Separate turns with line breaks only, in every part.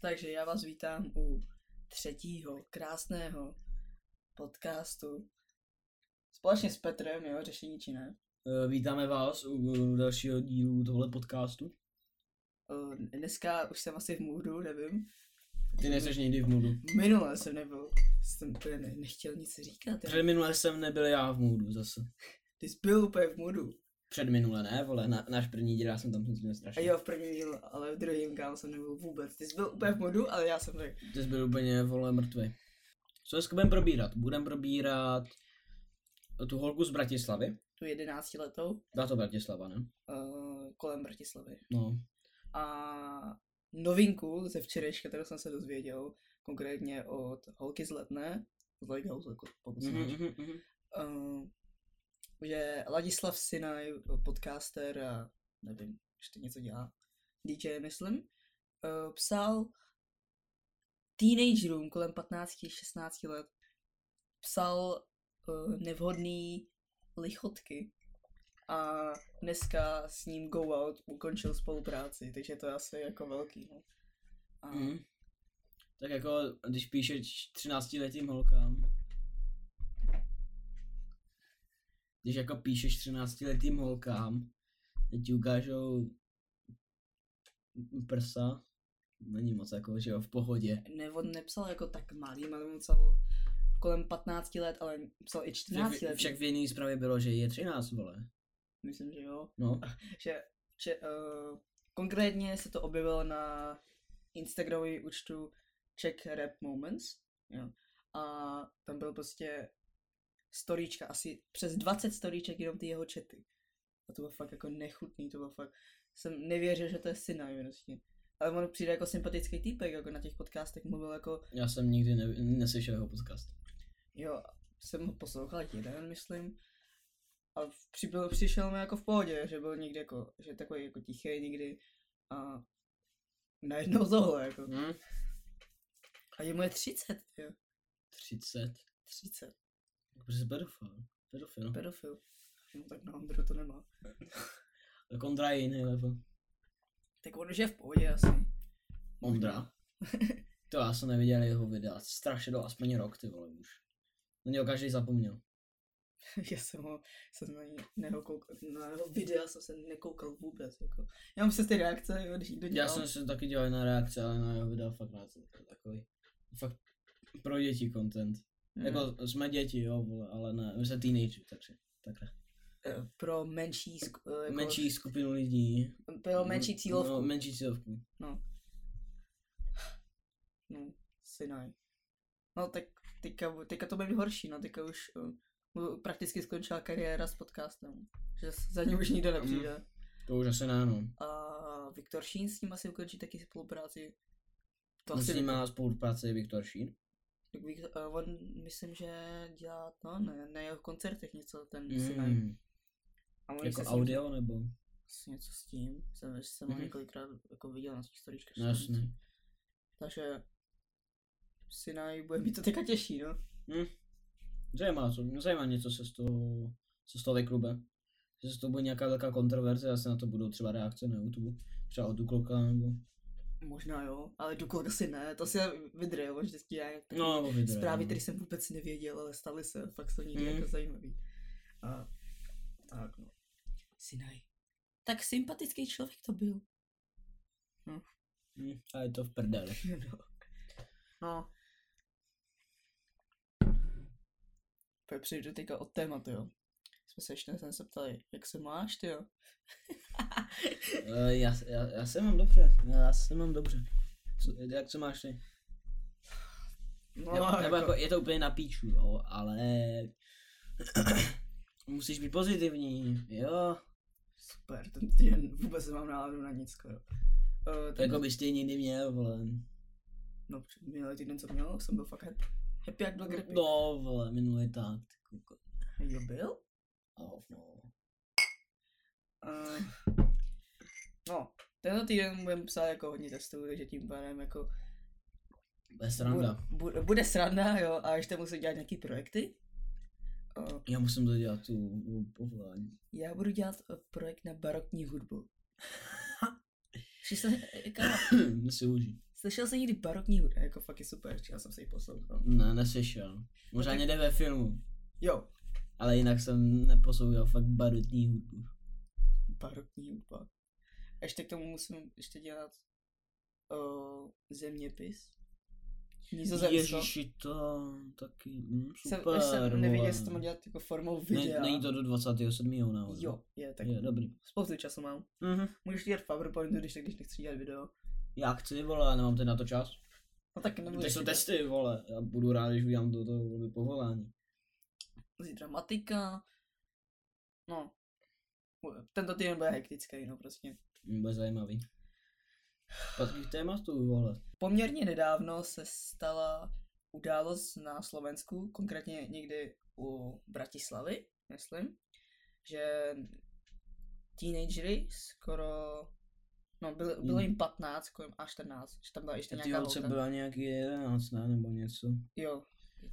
Takže já vás vítám u třetího krásného podcastu společně s Petrem, jo, řešení či ne.
Eh, Vítáme vás u u dalšího dílu tohle podcastu.
Eh, Dneska už jsem asi v můdu, nevím.
Ty nejseš někdy v moodu.
Minule jsem nebyl, jsem úplně ne- nechtěl nic říkat. Já.
Předminule jsem nebyl já v moodu zase.
Ty jsi byl úplně v můdu.
Předminule ne, vole, na, náš první díl já jsem tam nic
A
strašně.
jo, v prvním dílu, ale v druhém kámo jsem nebyl vůbec. Ty jsi byl úplně v můdu, ale já jsem řekl.
Ty jsi byl úplně, vole, mrtvý. Co dneska budeme probírat? Budeme probírat tu holku z Bratislavy.
Tu jedenáctiletou
Byla to Bratislava, ne?
uh, kolem Bratislavy.
No.
a novinku ze včerejška, kterou jsem se dozvěděl, konkrétně od holky z Letné, z Lighthouse, jako pokud
Mhm,
mm-hmm.
mhm, mhm.
uh, že Ladislav Sinaj, podcaster a nevím, ještě něco dělá, DJ myslím, uh, psal teenagerům kolem 15-16 let, psal uh, nevhodný lichotky a dneska s ním Go Out ukončil spolupráci, takže to je asi jako velký. No. A
Mhm. Tak jako, když píšeš 13 letým holkám, když jako píšeš 13 letým holkám, teď ti ukážou prsa, není moc jako, že jo, v pohodě.
ne, on nepsal jako tak malý, ale on psal kolem 15 let, ale psal i 14
Však,
let.
však v jiný zprávě bylo, že je 13, vole.
Myslím, že jo.
No,
Že, že uh, konkrétně se to objevilo na Instagramový účtu Czech Rap Moments. Jo. A tam byl prostě storíčka, asi přes 20 storíček jenom ty jeho čety. A to bylo fakt jako nechutný, to bylo fakt, jsem nevěřil, že to je syna prostě. Ale on přijde jako sympatický týpek, jako na těch podcastech mluvil jako
já jsem nikdy ne, neslyšel jeho podcast.
Jo, jsem ho poslouchal jeden, myslím. A přibyl, přišel mi jako v pohodě, že byl někdy jako, že takový jako tichý někdy. A najednou tohle jako.
Hm?
A je mu je 30, jo.
30.
30,
Protože jsi pedofil. Pedofil.
pedofil. No tak na Ondru to nemá.
Tak Ondra je jiný level.
Tak on už je v pohodě asi.
Ondra. to já jsem neviděl jeho videa. Strašně dal aspoň rok, ty vole, už. Na něho každý zapomněl.
Já jsem ho, jsem na, ně- na jeho, koukal, na jeho videa jsem se nekoukal vůbec, jako. Já mám se ty reakce, jo, když někdo
Já
dělal.
jsem se taky dělal na reakce, ale na jeho videa fakt ne, to je takový. Fakt pro děti content.
Mm.
Jako jsme děti, jo, vole, ale ne, my jsme teenageři, takže. Takhle.
Eh, pro menší, sk- eh, jako,
Menší skupinu lidí.
pro menší cílovku.
No, menší cílovku.
No, synaj. No tak teďka, teďka to bude mít horší, no teďka už uh, mu prakticky skončila kariéra s podcastem. Že s- za ním už
Mhm.
nikdo nepřijde.
To už asi ne, no.
A Viktor Šín s ním asi ukončí taky spolupráci. To
On s
asi
ním má spolupráci Viktor Šín.
tak Vik- eh, on myslím, že dělá no, ne, na jeho koncertech něco ten mm. synaj.
Mm,
A on
jako
se s ním-
audio nebo?
s- něco s tím, jsem, jsem mm-hmm. ho
Mhm.
několikrát jako viděl na svých storičkách.
No jasně.
Takže synaj bude mít to teďka těžší, no.
Zajímá, co- zajímá mě, co se z toho, co z toho vyklube. Jestli to bude nějaká velká kontroverze, asi na to budou třeba reakce na YouTube. Třeba od Dukloka nebo...
Možná jo, ale Dukol asi ne, to si vydryl, on vždycky já nějak
No, nebo videa,
zprávy,
no.
které jsem vůbec nevěděl, ale staly se, fakt jsou někdy
Mm.
jako zajímavý. A, tak no. Sinaj. Tak sympatický člověk to byl.
Hm, A je to v prdeli.
no. no. Pojď přejdu teďka od tématu, jo. Jsme se ještě dnes se ptali, jak se máš, ty jo?
Eh, já, já, já, se mám dobře, já se mám dobře. Co, jak se máš ty?
No,
Nebo, nebo jako, je to úplně na píču, jo, ale... Musíš být pozitivní, jo.
super, ten týden vůbec nemám náladu na nic, skoro. Uh,
Jako bys ty nikdy měl, vole.
No, před- minulý týden, co měl, jsem byl fakt happy. Happy jak byl grippy.
No, vole, minulý tak. ty kuko.
Jo, byl?
Oh, no.
Uh, no, tento týden budeme psát jako hodně testů, takže tím pádem jako...
Bez randa.
Bu, bu, bude sranda, jo, a ještě musím dělat nějaký projekty. Uh,
Já musím to dělat tu tu povolání.
já budu dělat eh, projekt na barokní hudbu. Že se, jako,
si uží.
Slyšel jsi někdy barokní hudba, jako fakt je super, já jsem se ji poslouchal.
Ne, neslyšel. Možná
tak-
někde ve filmu.
Jo,
Ale jinak jsem neposlouchal fakt barutní hudbu.
barokní hudba. A ještě k tomu musím ještě dělat uh, zeměpis. Nizozemsko.
Ježiši, to taky, mm,
Jsem,
super.
až jsem nevěděl,
vole.
jestli to mám dělat jako formou
Ne,
videa.
není to do 27. náhodou.
Jo, je, tak
Tak. Je, dobrý.
spoustu času mám.
Mhm.
Můžeš dělat PowerPointu, když, tak, když nechci dělat video.
Já chci, vole, ale nemám teď na to čas.
No tak
Teď
nebudeš
jsou
dělat.
testy, vole. Já budu rád, když udělám do toho vole, povolání.
Zítra matika. No. Bude- Tento týden bude hektický, no prostě.
Hm, Bude zajímavý. Patří tématu, vole.
Poměrně nedávno se stala událost na Slovensku, konkrétně někdy u Bratislavy, myslím, že teenagery skoro, no bylo, bylo
Mm.
jim 15, kolem a 14, že tam byla ještě
Ty
nějaká
holce
holka.
byla nějaký 11, ne, nebo něco.
Jo,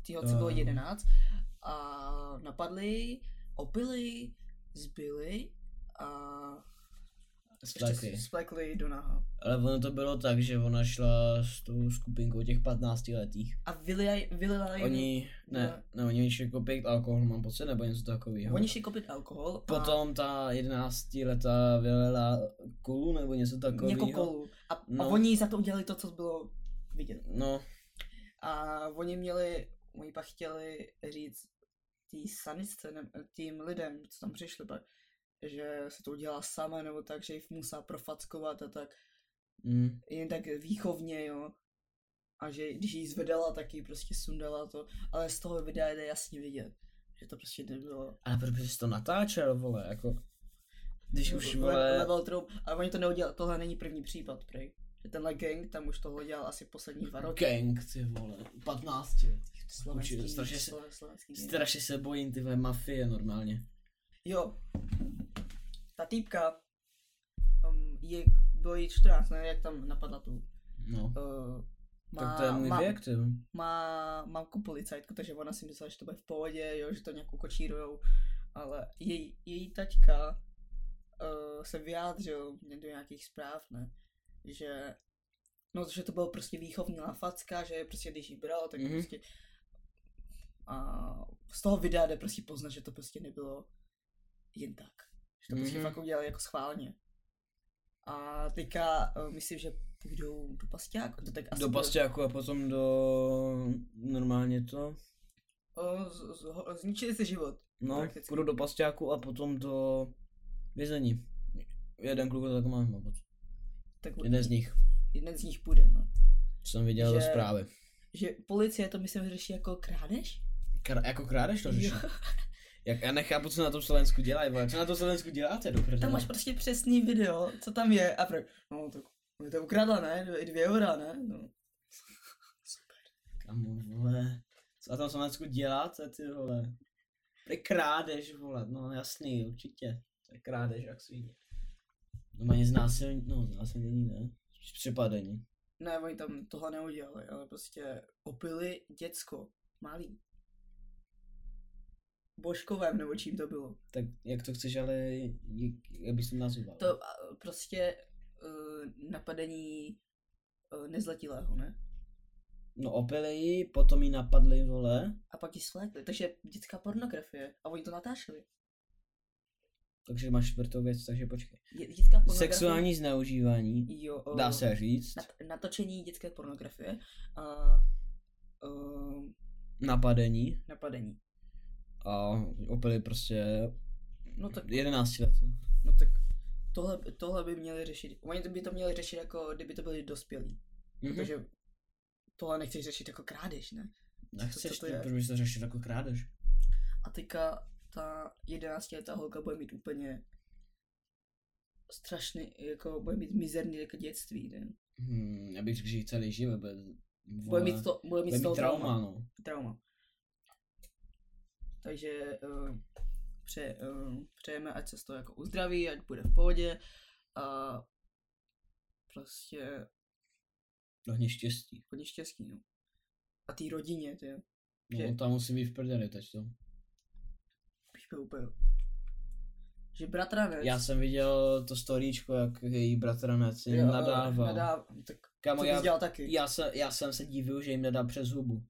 ty holce bylo
To-
11 a napadli, ji, opili, zbyli a
Splakli.
splekli do naha.
Ale ono to bylo tak, že ona šla s tou skupinkou těch 15 letých.
A vylila, vylila jim,
Oni, ne, ne, oni šli kopit alkohol, mám pocit, nebo něco takového.
oni šli kopit alkohol a
Potom ta 11 letá vylela kolu nebo něco takového.
někoho Jako kolu. A, no. a
No.
oni za to udělali to, co bylo vidět.
No,
A oni měli, oni pak chtěli říct tý sanitce, ne- tým lidem, co tam přišli pak, že se to udělá sama nebo tak, že jich musela profackovat a tak.
mm,
jen tak výchovně, jo. A že když jí zvedala, tak jí prostě sundala to, ale z toho videa jde jasně vidět, že to prostě nebylo.
ale proč bys to natáčel, vole, jako, když už,
No, le-
vole,
level troup, ale oni to neudělali, tohle není první případ, prej. Že tenhle gang tam už toho dělal asi poslední dva roky.
gang, ty vole, 15 letých,
Slovenský,
Určitě, strašně se-
slo- slovenský gang.
strašně se bojím, ty vole, mafie normálně.
Jo. Ta týpka, um, je, bylo jí 14, ne, jak tam napadla tu.
No,
Uh, má,
tak to je můj
má,
věk, ty vole.
má mamku policajtku, takže ona si myslela, že to bude v pohodě, jo, že to nějak kočírujou, ale její, její taťka uh, se vyjádřil mě do nějakých zpráv, ne, že no, že to bylo prostě výchovní lafacka, že prostě když ji bral, tak
Mhm.
mm-hmm. prostě a z toho videa jde prostě poznat, že to prostě nebylo jen tak. Že to prostě
Mhm.
mm-hmm. fakt udělali jako schválně. A teďka uh, myslím, že půjdou do pasťáku. To tak asi
Do
bude-
pasťáku a potom do, normálně to,
O, z, z, ho, zničili si život.
no,
Prakticky.
půjdu do pasťáku a potom do vězení. Jeden kluk to tak mám, nebo co?
Tak
jeden z nich,
jeden z nich půjde. No.
co jsem viděl do
Že-
zprávy.
Že policie to myslím řeší jako krádež?
Kr- jako krádeš to řeší?
Jo.
Jak, já nechápu, co na tom Slovensku dělají, vole. Co na tom Slovensku děláte do prdele?
Tam máš prostě přesný video, co tam je a pro... No tak mě to ukradla, ne? Dvě, dvě eura, ne? No.
Kamo, vole. Co na tom Slovensku děláte, ty vole? Ty krádeš, vole. No jasný, určitě. Ty krádeš, jak svině. No mají znásilnění, no znásilnění ne. Spíš Přepadení.
Ne, oni tam tohle neudělali, ale prostě opili děcko. Malý. Božkovém, nebo čím to bylo.
Tak jak to chceš, ale jak, jak bys to nazval?
To a, prostě uh, napadení uh, nezletilého, ne?
No opili ji, potom ji napadli, vole.
A pak ji svlékli. Takže dětská pornografie. A oni to natáčeli.
Takže máš čtvrtou věc, takže počkej.
Dě- Dětská pornografie.
Sexuální zneužívání,
Jo, o,
dá se říct.
nat- natočení dětské pornografie a um,
Napadení.
napadení.
a opili prostě
No tak,
11 let.
no tak tohle, tohle by měli řešit. Oni to by to měli řešit jako, kdyby to byli
Mhm.
dospělí.
Takže
Protože tohle nechceš řešit jako krádež, ne?
nechceš,
co to
ty,
je?
proč bys to řešil jako krádež?
A teďka ta jedenáctiletá holka bude mít úplně strašný, jako bude mít mizerný jako dětství, ne?
Hmm, já bych řekl, že jí celý život bude,
Bude mít, to, bude mít,
bude
z toho
mít trauma, no.
trauma. Takže uh, pře, uh, přejeme, ať se z toho jako uzdraví, ať bude v pohodě a prostě
Hlavně štěstí.
hodně štěstí. No. A té rodině, ty jo.
No,
Že-
tam musí být v prdeli teď no. to.
Bych byl úplně... Že bratranec...
Já jsem viděl to storíčko, jak její bratranec jim
jo,
nadával.
nadával. Tak Co
Kámo,
bys
já,
dělal taky?
já, se, já jsem se divil, že jim nedá přes hubu.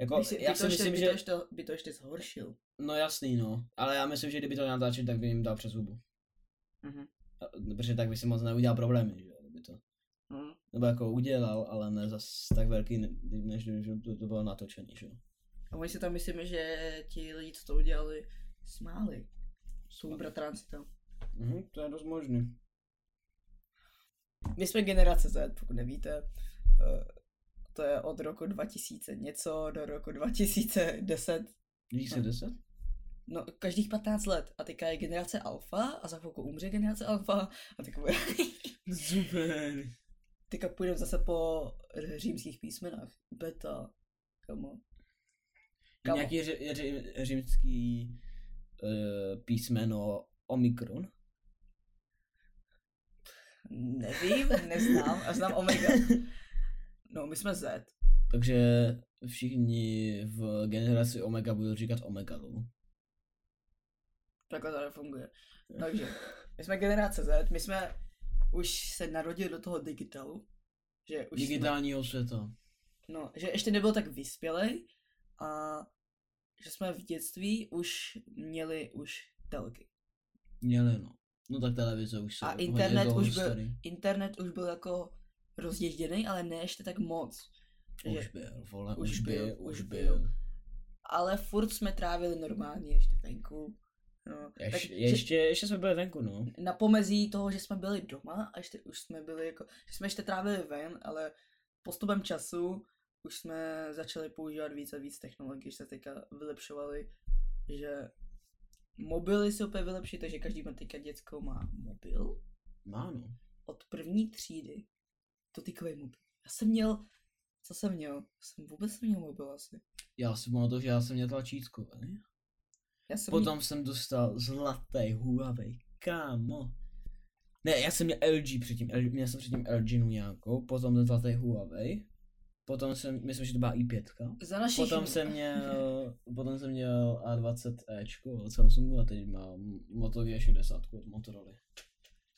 Jako,
Když si,
já
by, to
si
ještě,
myslím,
by,
že...
to ještě, by to ještě zhoršil.
No jasný, no. Ale já myslím, že kdyby to natáčet, tak by jim dal přes hubu.
Mhm.
A- Protože tak by si moc neudělal problémy, že jo, kdyby to.
Mm.
Nebo jako udělal, ale ne zas tak velký, ne- než že to, to bylo natočený, že jo.
A oni si tam myslím, že ti lidi, co to udělali, smáli. Jsou
Smáli.
bratránci tam.
Mhm, to je dost možný.
My jsme generace Z, pokud nevíte. Eh, To je od roku 2000 něco do roku 2010.
Vidíš se
No.
10?
No, každých 15 let. A teďka je generace alfa a za chvilku umře generace alfa a tak bude.
Super.
Teďka půjdeme zase po římských písmenách. Beta. Kamo. Kamo.
Nějaký ři, ři, římský uh, písmeno Omikron.
Nevím, neznám. A znám Omega. No, my jsme Z.
Takže všichni v generaci Omega budou říkat Omegalu.
Takhle to nefunguje. Takže, my jsme generace Z, my jsme už se narodili do toho digitalu. Že už Jsme,
Digitálního světa.
no, že ještě nebyl tak vyspělej a že jsme v dětství už měli už telky.
Měli no. No tak televize už jsou.
A
hodně
internet
dlouhou
už byl-
historii.
Internet už byl jako rozježděný, ale ne ještě tak moc. Že,
Už byl, vole,
Už
už,
byl,
byl,
už
už
byl.
byl.
ale furt jsme trávili normálně ještě venku. No, tak,
Ještě,
že
ještě, ještě jsme byli venku, no.
na pomezí toho, že jsme byli doma a ještě už jsme byli jako, že jsme ještě trávili ven, ale postupem času už jsme začali používat víc a víc technologií, že se teďka vylepšovaly, že mobily se úplně vylepší, takže každý má teďka děcko má mobil
Má, no.
od první třídy. To tykový mobil. Já jsem měl, co jsem měl? Jsem vůbec neměl mobil asi.
Já si pamatuju, že já jsem měl tlačítko, ne?
Já jsem měl,
Potom jsem dostal zlatý Huawei, kámo. Ne, já jsem měl LG předtím, L- měl jsem předtím LG nu nějakou, potom zlatý Huawei, potom jsem, myslím, že to byla i5.
za našich,
Potom jsem měl, potom jsem měl A20e od Samsungu a teď mám Moto G60 od Motorola.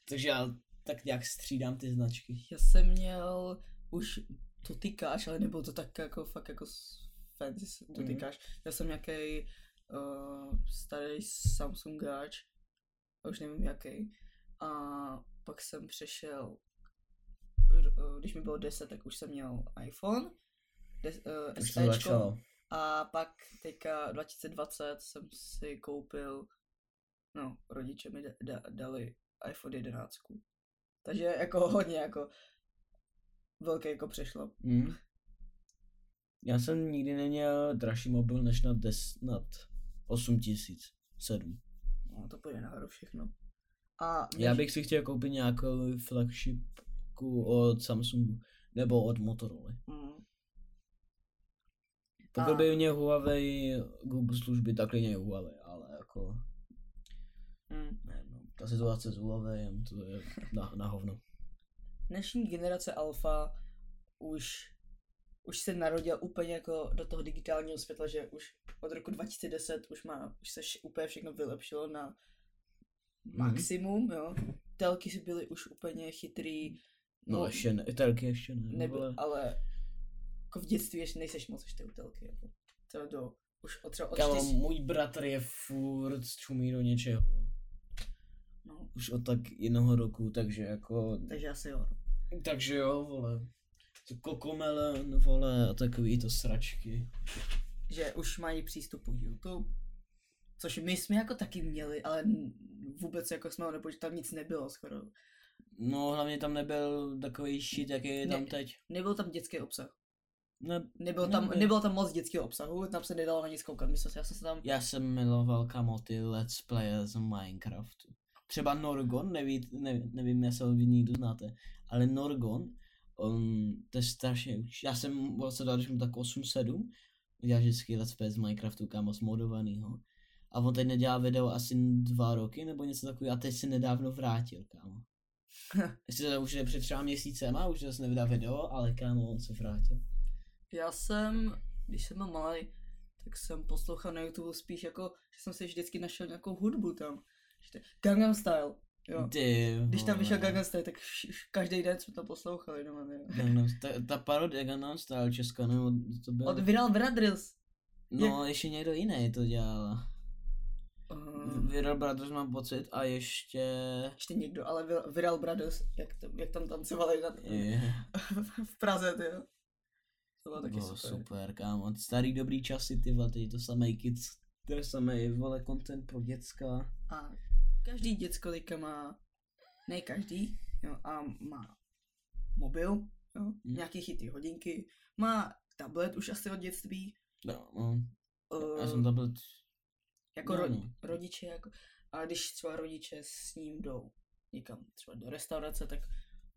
Takže já tak nějak střídám ty značky.
Já jsem měl už dotykáč, ale nebyl to tak jako fakt jako s- fancy s-
Mhm.
dotykáč. Mm. Já jsem nějaký uh, starý Samsungáč, a už nevím jaký. A pak jsem přešel, r- eh, když mi bylo 10, tak už jsem měl iPhone, des, uh,
Už to začalo.
a pak teďka 2020 jsem si koupil, no rodiče mi da, da, dali iPhone 11. Takže jako hodně jako velký jako přešlo.
Mm. Já jsem nikdy neměl dražší mobil než na, des, nad 8 tisíc. 7.
No, to půjde nahoru všechno. A
Já
než-
bych si chtěl koupit nějakou flagshipku od Samsungu nebo od Motorola.
Mm,
Pokud
A-
by mě Huawei, Google služby, tak klidně i Huawei, ale jako
mm.
Ne, no, ta situace s Huawei, hm, to je na, na hovno.
Dnešní generace alfa už už se narodil úplně jako do toho digitálního světla, že už od roku 2010 už má, už se vš- úplně všechno vylepšilo na maximum, jo. Telky byly už úplně chytrý,
No,
No.
no ještě ne, telky ještě ne.
nebyl,
vole.
ale jako v dětství ještě nejseš moc ještě u telky, jako. To do, už od třeba od
Kámo,
čtyř,
můj bratr je furt čumí do něčeho.
no,
Už od tak jednoho roku, takže jako...
takže asi jo. no.
Takže jo, vole. To kokomelen, vole, a takový to sračky.
Že už mají přístup k YouTube, což my jsme jako taky měli, ale n- vůbec jako jsme ho nepoč- tam nic nebylo skoro.
No, hlavně tam nebyl takový shit, jaký je
Ne.
tam teď.
Nebyl tam dětský obsah.
Ne,
Nebyl tam,
Nebyl.
nebylo tam moc dětského obsahu, tam se nedalo na nic koukat. Myslím, si, já jsem se tam
já jsem miloval kamo ty let's play z Minecraftu. Třeba Norgon, neví, ne, nevím, jestli ho vy nikdo znáte, ale Norgon, on, to je strašně, už- já jsem byl se dal, když mu tak 8-7, udělal vždycky let's play z Minecraftu, kamo, smodovanýho. A on teď nedělá video asi dva roky nebo něco takového a teď se nedávno vrátil, kámo. Jestli to už je před třeba měsícem a už zase nevydá video, ale kámo, on se vrátil.
Já jsem, když jsem byl malý, tak jsem poslouchal na YouTube spíš jako, že jsem si vždycky našel nějakou hudbu tam. Že to- Gangnam Style. Jo.
Ty
Když tam vyšel
vole.
Gangnam Style, tak každý den jsme to poslouchali no, doma, ne?
Gangnam Style, No, ta parodie Gangnam Style česká, nebo to bylo?
Od Viral Brothers.
No, ještě někdo jiný to dělal.
Uh,
Viral Brothers mám pocit a ještě...
ještě někdo, ale Vir- Viral Brothers, jak, to, jak tam tancovali na,
Je,
v Praze, ty jo. To bylo taky
bylo
super. super.
super, kámo. Starý dobrý časy, ty vole, teď to samý kids. To je samý, vole, content pro děcka.
A každý děcko teďka má, ne každý, jo, a má mobil, jo,
Mhm.
nějaký chytrý hodinky, má tablet už asi od dětství,
No, no. Já
eh,
jsem tam byl...
jako
no,
ro-
no.
rodiče, jako, a když třeba rodiče s ním jdou někam, třeba do restaurace, tak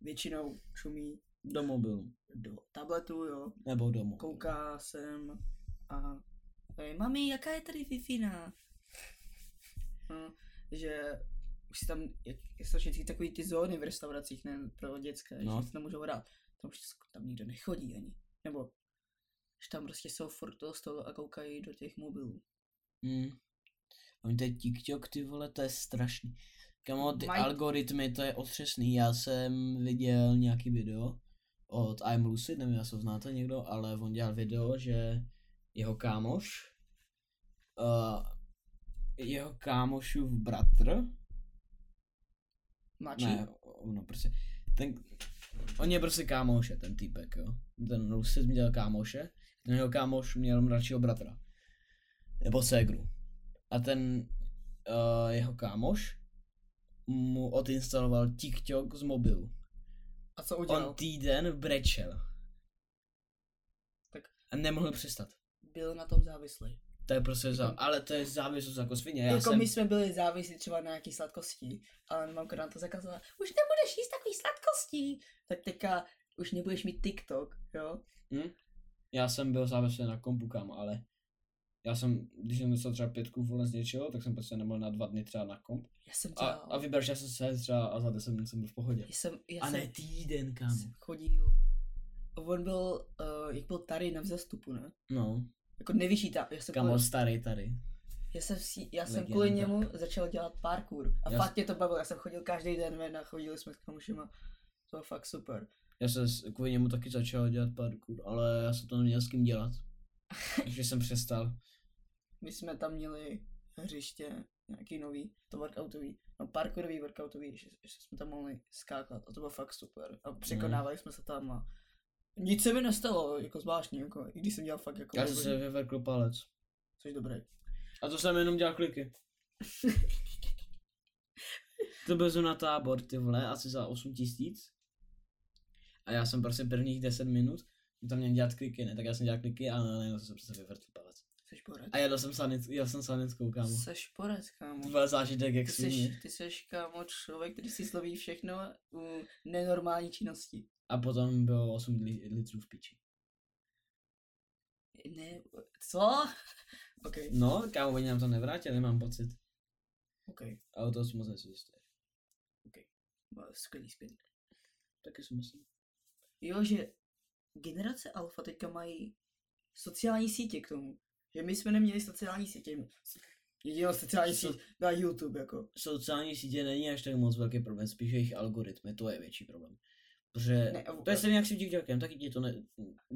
většinou čumí
Do mobilu.
do tabletu, jo,
Nebo domů.
kouká sem a tady, mami, jaká je tady fifina? No, že už si tam, jak, jsou všechny takový ty zóny v restauracích, ne, pro děcka,
No.
no. že si tam můžou hrát. Tam už sk- tam nikdo nechodí ani. Nebo že tam prostě jsou furt toho stolu a koukají do těch mobilů.
Hmm. Oni to je TikTok, ty vole, to je strašný. Kamo, ty
Mají-
algoritmy, to je otřesný. Já jsem viděl nějaký video od I'm Lucid, nevím, jestli ho znáte někdo, ale on dělal video, že jeho kámoš, uh, jeho kámošův bratr,
Mladší?
ne, ono prostě, ten, on je prostě kámoše, ten týpek, jo. Ten Lucid měl kámoše, ten jeho kámoš měl mladšího bratra. Nebo ségru. A ten uh, jeho kámoš mu odinstaloval TikTok z mobilu.
A co udělal?
On týden brečel.
Tak-
A nemohl přestat.
Byl na tom závislý.
To je prostě za, ale to je závislost jako svině. Já
Jako
jsem,
my jsme byli závislí třeba na nějaký sladkosti, ale mamka nám to zakazovala, už nebudeš jíst takový sladkosti. Tak teďka už nebudeš mít TikTok, jo?
já jsem byl závislý na kompu kam, ale já jsem, když jsem dostal třeba pětku vole z něčeho, tak jsem prostě nebyl na dva dny třeba na komp.
Já jsem
A,
dělal.
a vyber, že jsem se třeba a za 10 minut jsem byl v pohodě.
já jsem, já
A
jsem
ne týden, kámo.
chodil. On byl, uh, jak byl tady na vzestupu, ne?
No,
Jako nevyčítá. Já jsem,
kámo,
kvůli,
starý tady.
já jsem, si, já jsem
Legenda.
kvůli němu začal dělat parkour. A
Já
já fakt mě to bavilo. Já jsem chodil každý den ven a chodili jsme s kamošima. To bylo fakt super.
Já jsem s- kvůli němu taky začal dělat parkour, ale já jsem to neměl s kým dělat. Takže jsem přestal.
My jsme tam měli hřiště, nějaký nový, to workoutový, no parkourový, workoutový, že, že jsme tam mohli skákat a to bylo fakt super. A
Mhm.
překonávali jsme se tam a nic se mi nestalo, jako zvláštní, jako, i když jsem dělal fakt jako
Já jsem
blbý,
se vyvrkl palec.
což dobré.
A to jsem jenom dělal kliky. to byl na tábor, ty vole, asi za 8 tisíc. A já jsem prostě prvních 10 minut tam měl dělat kliky, ne? Tak já jsem dělal kliky a najednou jsem se přesně vyvrtl palec.
Seš porec.
A jedl jsem sanic, jel jsem sanickou, kámo.
Seš porec, kámo.
To byl zážitek jak
Ty seš,
svině.
ty seš, kámo, člověk, který si sloví všechno u nenormální činnosti.
A potom bylo 8 li- litrů v piči.
Ne, co? OK,
No, kámo, oni nám to nevrátili, mám pocit.
OK,
A o toho jsem moc nesvěděl.
skvělý spin.
Taky si myslím.
Jo, že generace alfa teďka mají sociální sítě k tomu. Že my jsme neměli sociální sítě. Jedinou sociální
So-
síť byla YouTube, jako.
Sociální sítě není až tak moc velký problém, spíš jejich algoritmy, to je větší problém. Protože
Ne,
to je stejně jak s tím TikTokem, taky ti to ne,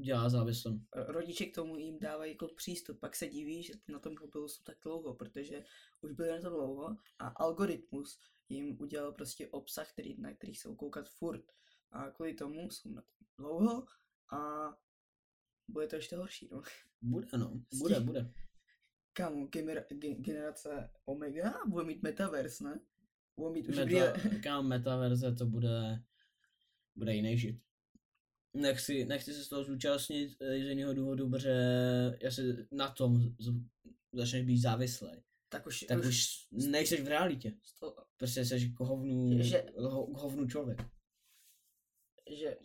dělá závislým.
rodiče k tomu jim dávají jako přístup, pak se diví, že na tom mobilu jsou tak dlouho, protože už byli na to dlouho a algoritmus jim udělal prostě obsah, který, na který jsou koukat furt. A kvůli tomu jsou na tom dlouho a bude to ještě horší, no.
Bude, no. Bude,
Stih-
bude.
Kámo, gener- ge- generace Omega bude mít metaverse, ne? Bude mít už
Meta,
real-
kam metaverze to bude, bude jiný žit. Nechci, nechci se z toho zúčastnit eh, z jiného důvodu, protože já se na tom z- začneš být závislý.
tak už,
Tak už nejseš v realitě.
to,
Prostě jsi k hovnu,
Že-
ho, k hovnu člověk.
že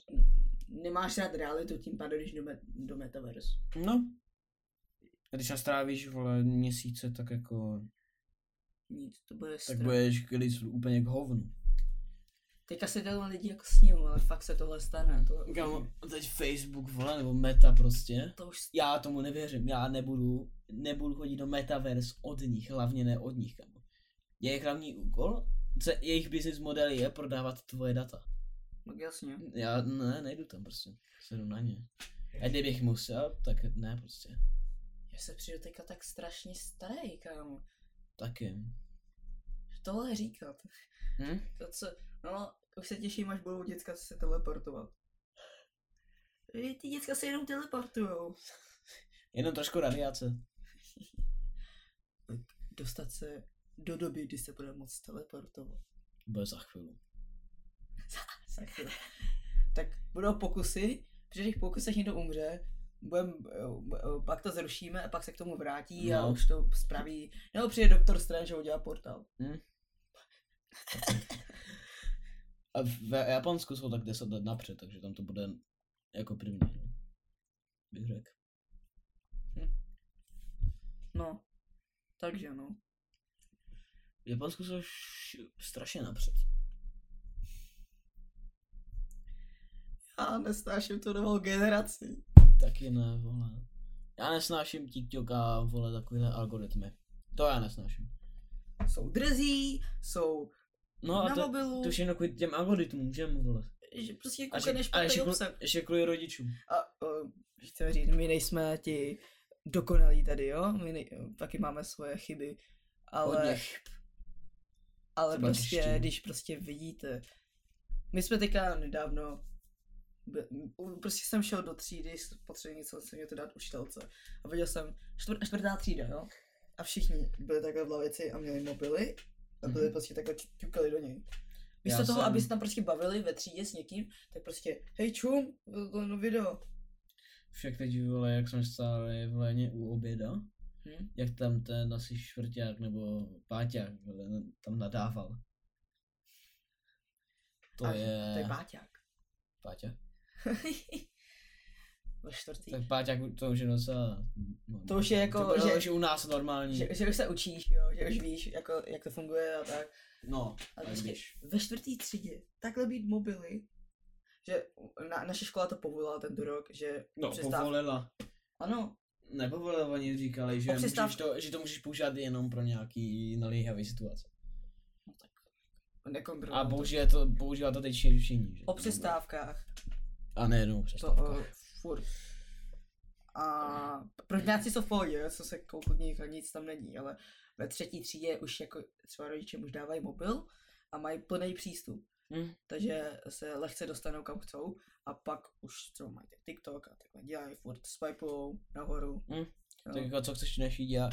nemáš rád realitu, tím pádem jdeš do, met- do metaverse.
No. Když nastrávíš vole měsíce, tak jako,
Nic, to bude
tak
strach.
budeš klid úplně k hovnu.
Teďka se dělou lidi jako s ním, ale fakt se tohle stane. Tohle už
Kámo,
je-
teď Facebook vole, nebo meta prostě.
to už s-
Já tomu nevěřím, já nebudu, nebudu chodit do metaverse od nich, hlavně ne od nich, kámo. Jejich hlavní úkol co jejich business model je prodávat tvoje data.
Tak jasně.
Já ne, nejdu tam prostě. Sedu na ně. A kdybych musel, tak ne prostě.
Já se přijdu teďka tak strašně starý, kámo.
Taky.
Že Tohle říkat.
Hm?
To co, no, už se těším, až budou děcka se teleportovat. Vy, Ty děcka se jenom teleportujou.
Jenom trošku radiace.
Dostat se do doby, kdy se bude moct teleportovat.
Bude za chvíli.
Sakra. tak budou pokusy, protože těch pokusech někdo umře, budem, eh, eh, pak to zrušíme a pak se k tomu vrátí a
No.
už to spraví. Nebo přijde doktor Strange a udělá portál.
A v Japonsku jsou tak 10 let napřed, takže tam to bude jako první. no. Bych řekl.
No, takže no.
V Japonsku jsou š- strašně napřed.
Já nesnáším tu novou generaci.
Taky ne, vole. Já nesnáším TikTok a vole takovýhle algoritmy. To já nesnáším.
Jsou drzí, jsou
No a
na
to,
mobilu,
to všechno kvůli těm algoritmům, že mu vole.
že prostě
A že,
koukají na
a
špatný
ještě, kvůli,
obsah.
ještě kvůli rodičům.
A uh, chceme říct, my nejsme ti dokonalí tady, jo? My nej, taky máme svoje chyby.
Od
Ale,
nich.
ale
třeba
prostě,
češtinu.
když prostě vidíte. My jsme teďka nedávno, by- m- prostě jsem šel do třídy, potřebuji něco, co mě to dát učitelce. A viděl jsem čtvr, čtvrtá třída, jo? A všichni byli takhle v lavici a měli mobily a byli
Mhm.
prostě takhle ťu- ťukali do něj. Místo
Já
toho,
jsem-
aby se tam prostě bavili ve třídě s někým, tak prostě, hej čum, to, to, no video.
Však teď vole, jak jsme stáli v léně u oběda,
Hm?
jak tam ten asi čtvrták nebo páťák vole, na- tam nadával. To
A-
je...
To je páťák.
páťák.
Ve čtvrtý.
Tak páťák to už je docela... no,
To už je jako,
to bylo
že-
už u nás normální.
Že, že, už se učíš, jo, že už víš, jako, jak to funguje a tak.
No,
Ale
ale
prostě-
když.
Ve čtvrtý třídě takhle být mobily, že na, naše škola to povolila tento rok, že
No,
přestáv-
povolila.
ano,
Nepovolila, oni říkali, že,
O přestáv-
můžeš to, že to můžeš používat jenom pro nějaký naléhavý situace.
no tak nekontrolujeme.
A používá to, používá to teď všichni. Že?
O přestávkách,
A no, nejenom
to
přestávka.
uh, furt. A prvňáci jsou v pohodě, já jsem se koukl nich a nic tam není, ale ve třetí třídě už jako třeba rodiče už dávají mobil a mají plný přístup.
Hm.
takže se lehce dostanou kam chcou a pak už třeba mají ten TikTok a takhle dělají furt swipeou nahoru.
Mm.
Jo.
Tak jako co chceš dnešní dělat?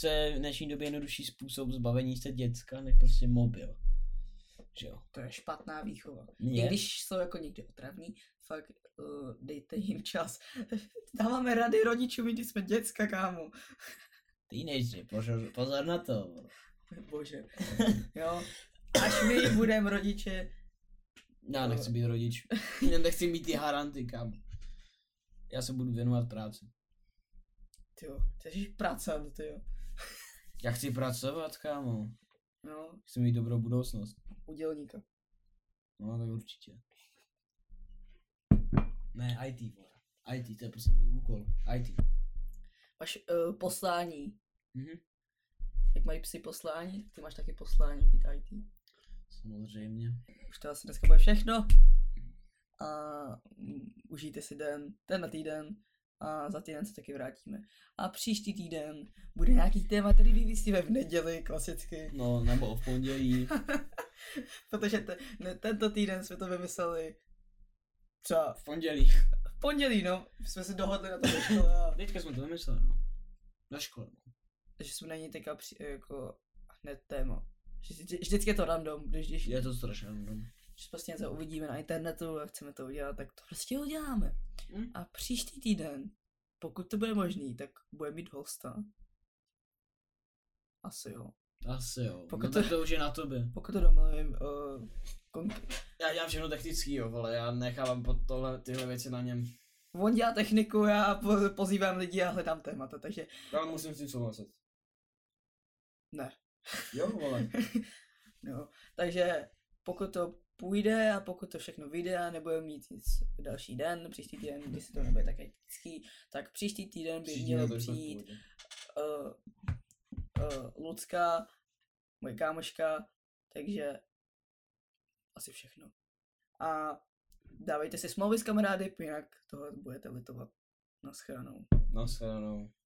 Co je v dnešní době jednodušší způsob zbavení se děcka, než prostě mobil. Že jo?
To je špatná výchova. I
Mně?
když jsou jako někdy otravní, fakt uh, dejte jim čas. Dáváme rady rodičům, i když jsme děcka, kámo.
Ty nejdři, pozor, pozor na to. vole.
Bože. Jo. Až my budeme rodiče,
Já
No.
nechci být rodič. Já nechci mít ty haranty, kam. Já se budu věnovat práci.
ty jo, chceš pracovat, ty jo.
Já chci pracovat, kámo.
No,
Chci mít dobrou budoucnost.
udělníka.
No, tak určitě. Ne, IT, vole. IT, to je prostě můj úkol. IT.
Máš uh, poslání.
Mhm.
Jak mají psi poslání, tak ty máš taky poslání být IT.
Samozřejmě.
Už to asi dneska bude všechno. A mm, užijte si den, ten na týden a za týden se taky vrátíme. A příští týden bude nějaký téma, který vyvysíme v neděli klasicky,
No, nebo v pondělí.
protože te, ne, tento týden jsme to vymysleli třeba
V pondělí.
v pondělí, no, jsme se dohodli na to ve škole a
Teďka jsme to vymysleli, no. Na škole. no.
že jsme není teďka při, jako hned téma. Že, vždy- vždycky je to random, když, když,
Je to strašně random.
že prostě něco uvidíme na internetu a chceme to udělat, tak to prostě uděláme.
Mm.
A příští týden, pokud to bude možný, tak bude mít hosta. Asi jo.
Asi jo.
Pokud
no,
to-
tak to už je na tobě.
Pokud to domluvím, uh, konk-
Já dělám všechno technickýho, vole, já nechávám pod tohle, tyhle věci na něm.
on dělá techniku, já po- pozývám lidi a hledám témata, takže
Ale musím s tím souhlasit.
Ne.
Jo, vole.
no, takže pokud to půjde a pokud to všechno vyjde a nebudeme mít nic další den, příští týden, když to nebude tak etický, tak příští týden by
Příští na
mělo
to jsme v
přijít eh,
pohodě.
uh, uh, Lucka, moje kámoška Takže asi všechno. A dávejte si smlouvy s kamarády, jinak toho budete litovat. Naschranou.
No, Naschledanou.